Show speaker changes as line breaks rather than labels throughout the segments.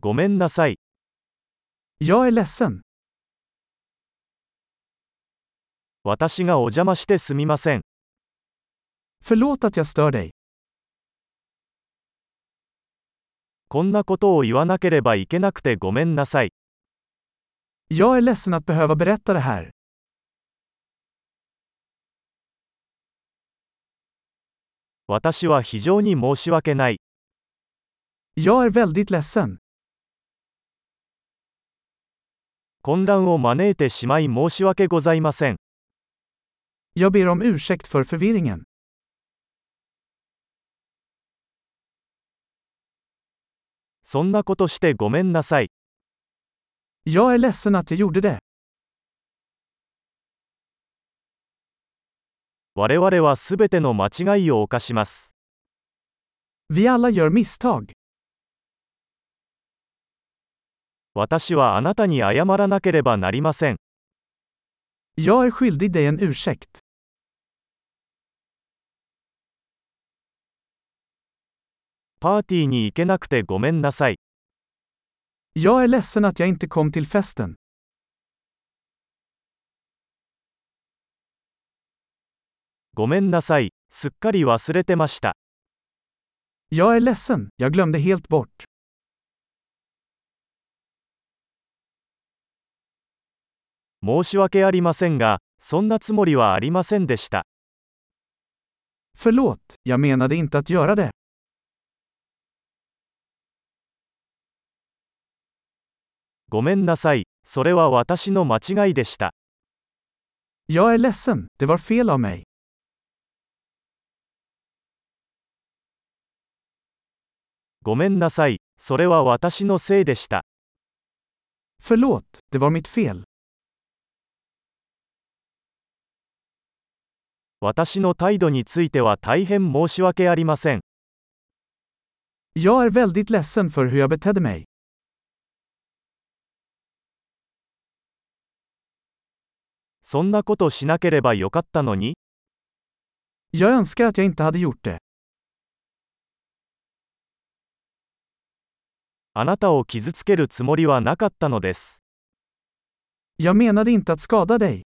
ごめんなさい。
Jag är ledsen.
私がお邪魔してすみません。
Förlåt att jag stör dig.
こんなことを言わなければいけなくてごめんなさい。
Jag är ledsen att behöva berätta det här.
私は非常に申し訳ない。
Jag är väldigt ledsen.
混乱を招いてしまい申し訳ございません。
Jag ber om ursäkt för förvirringen.
そんなことしてごめんなさい。
Jag är ledsen att jag gjorde det.
我々はすべての間違いを犯します。
Vi alla gör misstag.
私はあなたに謝らなければなりません。
Jag är skyldig dig en ursäkt.
パーティーに行けなくてごめんなさい。
Jag är ledsen att jag inte kom till festen.
ごめんなさい。すっかり忘れてました。
Jag är ledsen, jag glömde helt bort.
申し訳ありませんが、そんなつもりはありませんでした。
Förlåt, jag menade inte att göra det.
ごめんなさい。それは私の間違いでした。
Jag är ledsen, det var fel av mig.
ごめんなさい。それは私のせいでした。
Förlåt, det var mitt fel.
私の態度については大変申し訳ありません。
Jag är väldigt ledsen för hur jag betedde mig.
そんなことしなければよかったのに、
Jag önskar att jag inte hade gjort det.
あなたを傷つけるつもりはなかったのです。
Jag menade inte att skada dig.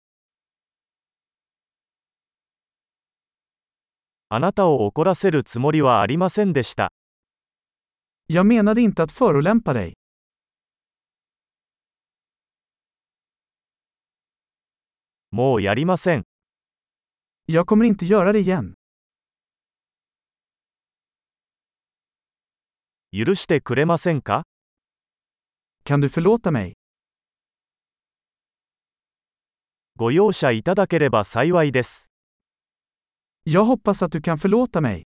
あなたを怒らせるつもりはありませんでした。
Jag menade inte att förolämpa dig.
もうやりません。
Jag kommer inte göra det igen.
許してくれませんか
Kan du förlåta mig?
ご容赦いただければ幸いです。
Jag hoppas att du kan förlåta mig.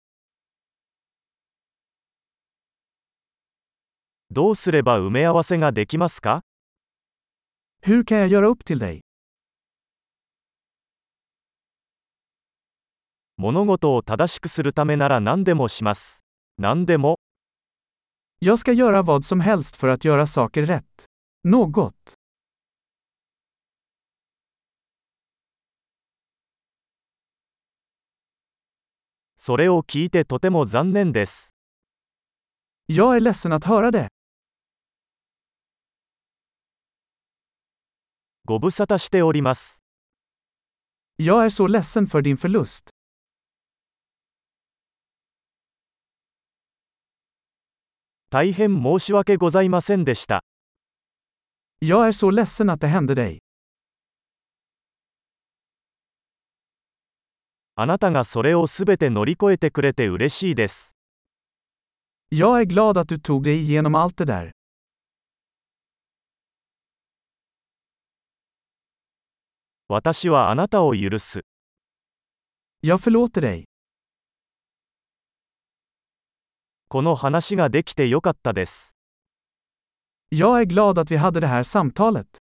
どうすれば埋め合わせができますか
Hur kan jag göra upp till dig?
物事を正しくするためなら何でもします。何でも、
Jag ska göra vad som helst för att göra saker rätt. Något.
それを聞いてとても残念です。
Jag är ledsen att höra det.
ご無沙汰しております。
Jag är så ledsen för din förlust.
大変申し訳ございませんでした。
Jag är så ledsen att det hände dig.
あなたがそれをすべて乗り越えてくれて嬉しいです。
Jag är glad att du tog dig igenom allt det där.
私はあなたを許す。
Jag förlåter dig.
この話ができてよかったです。
Jag är glad att vi hade det här samtalet.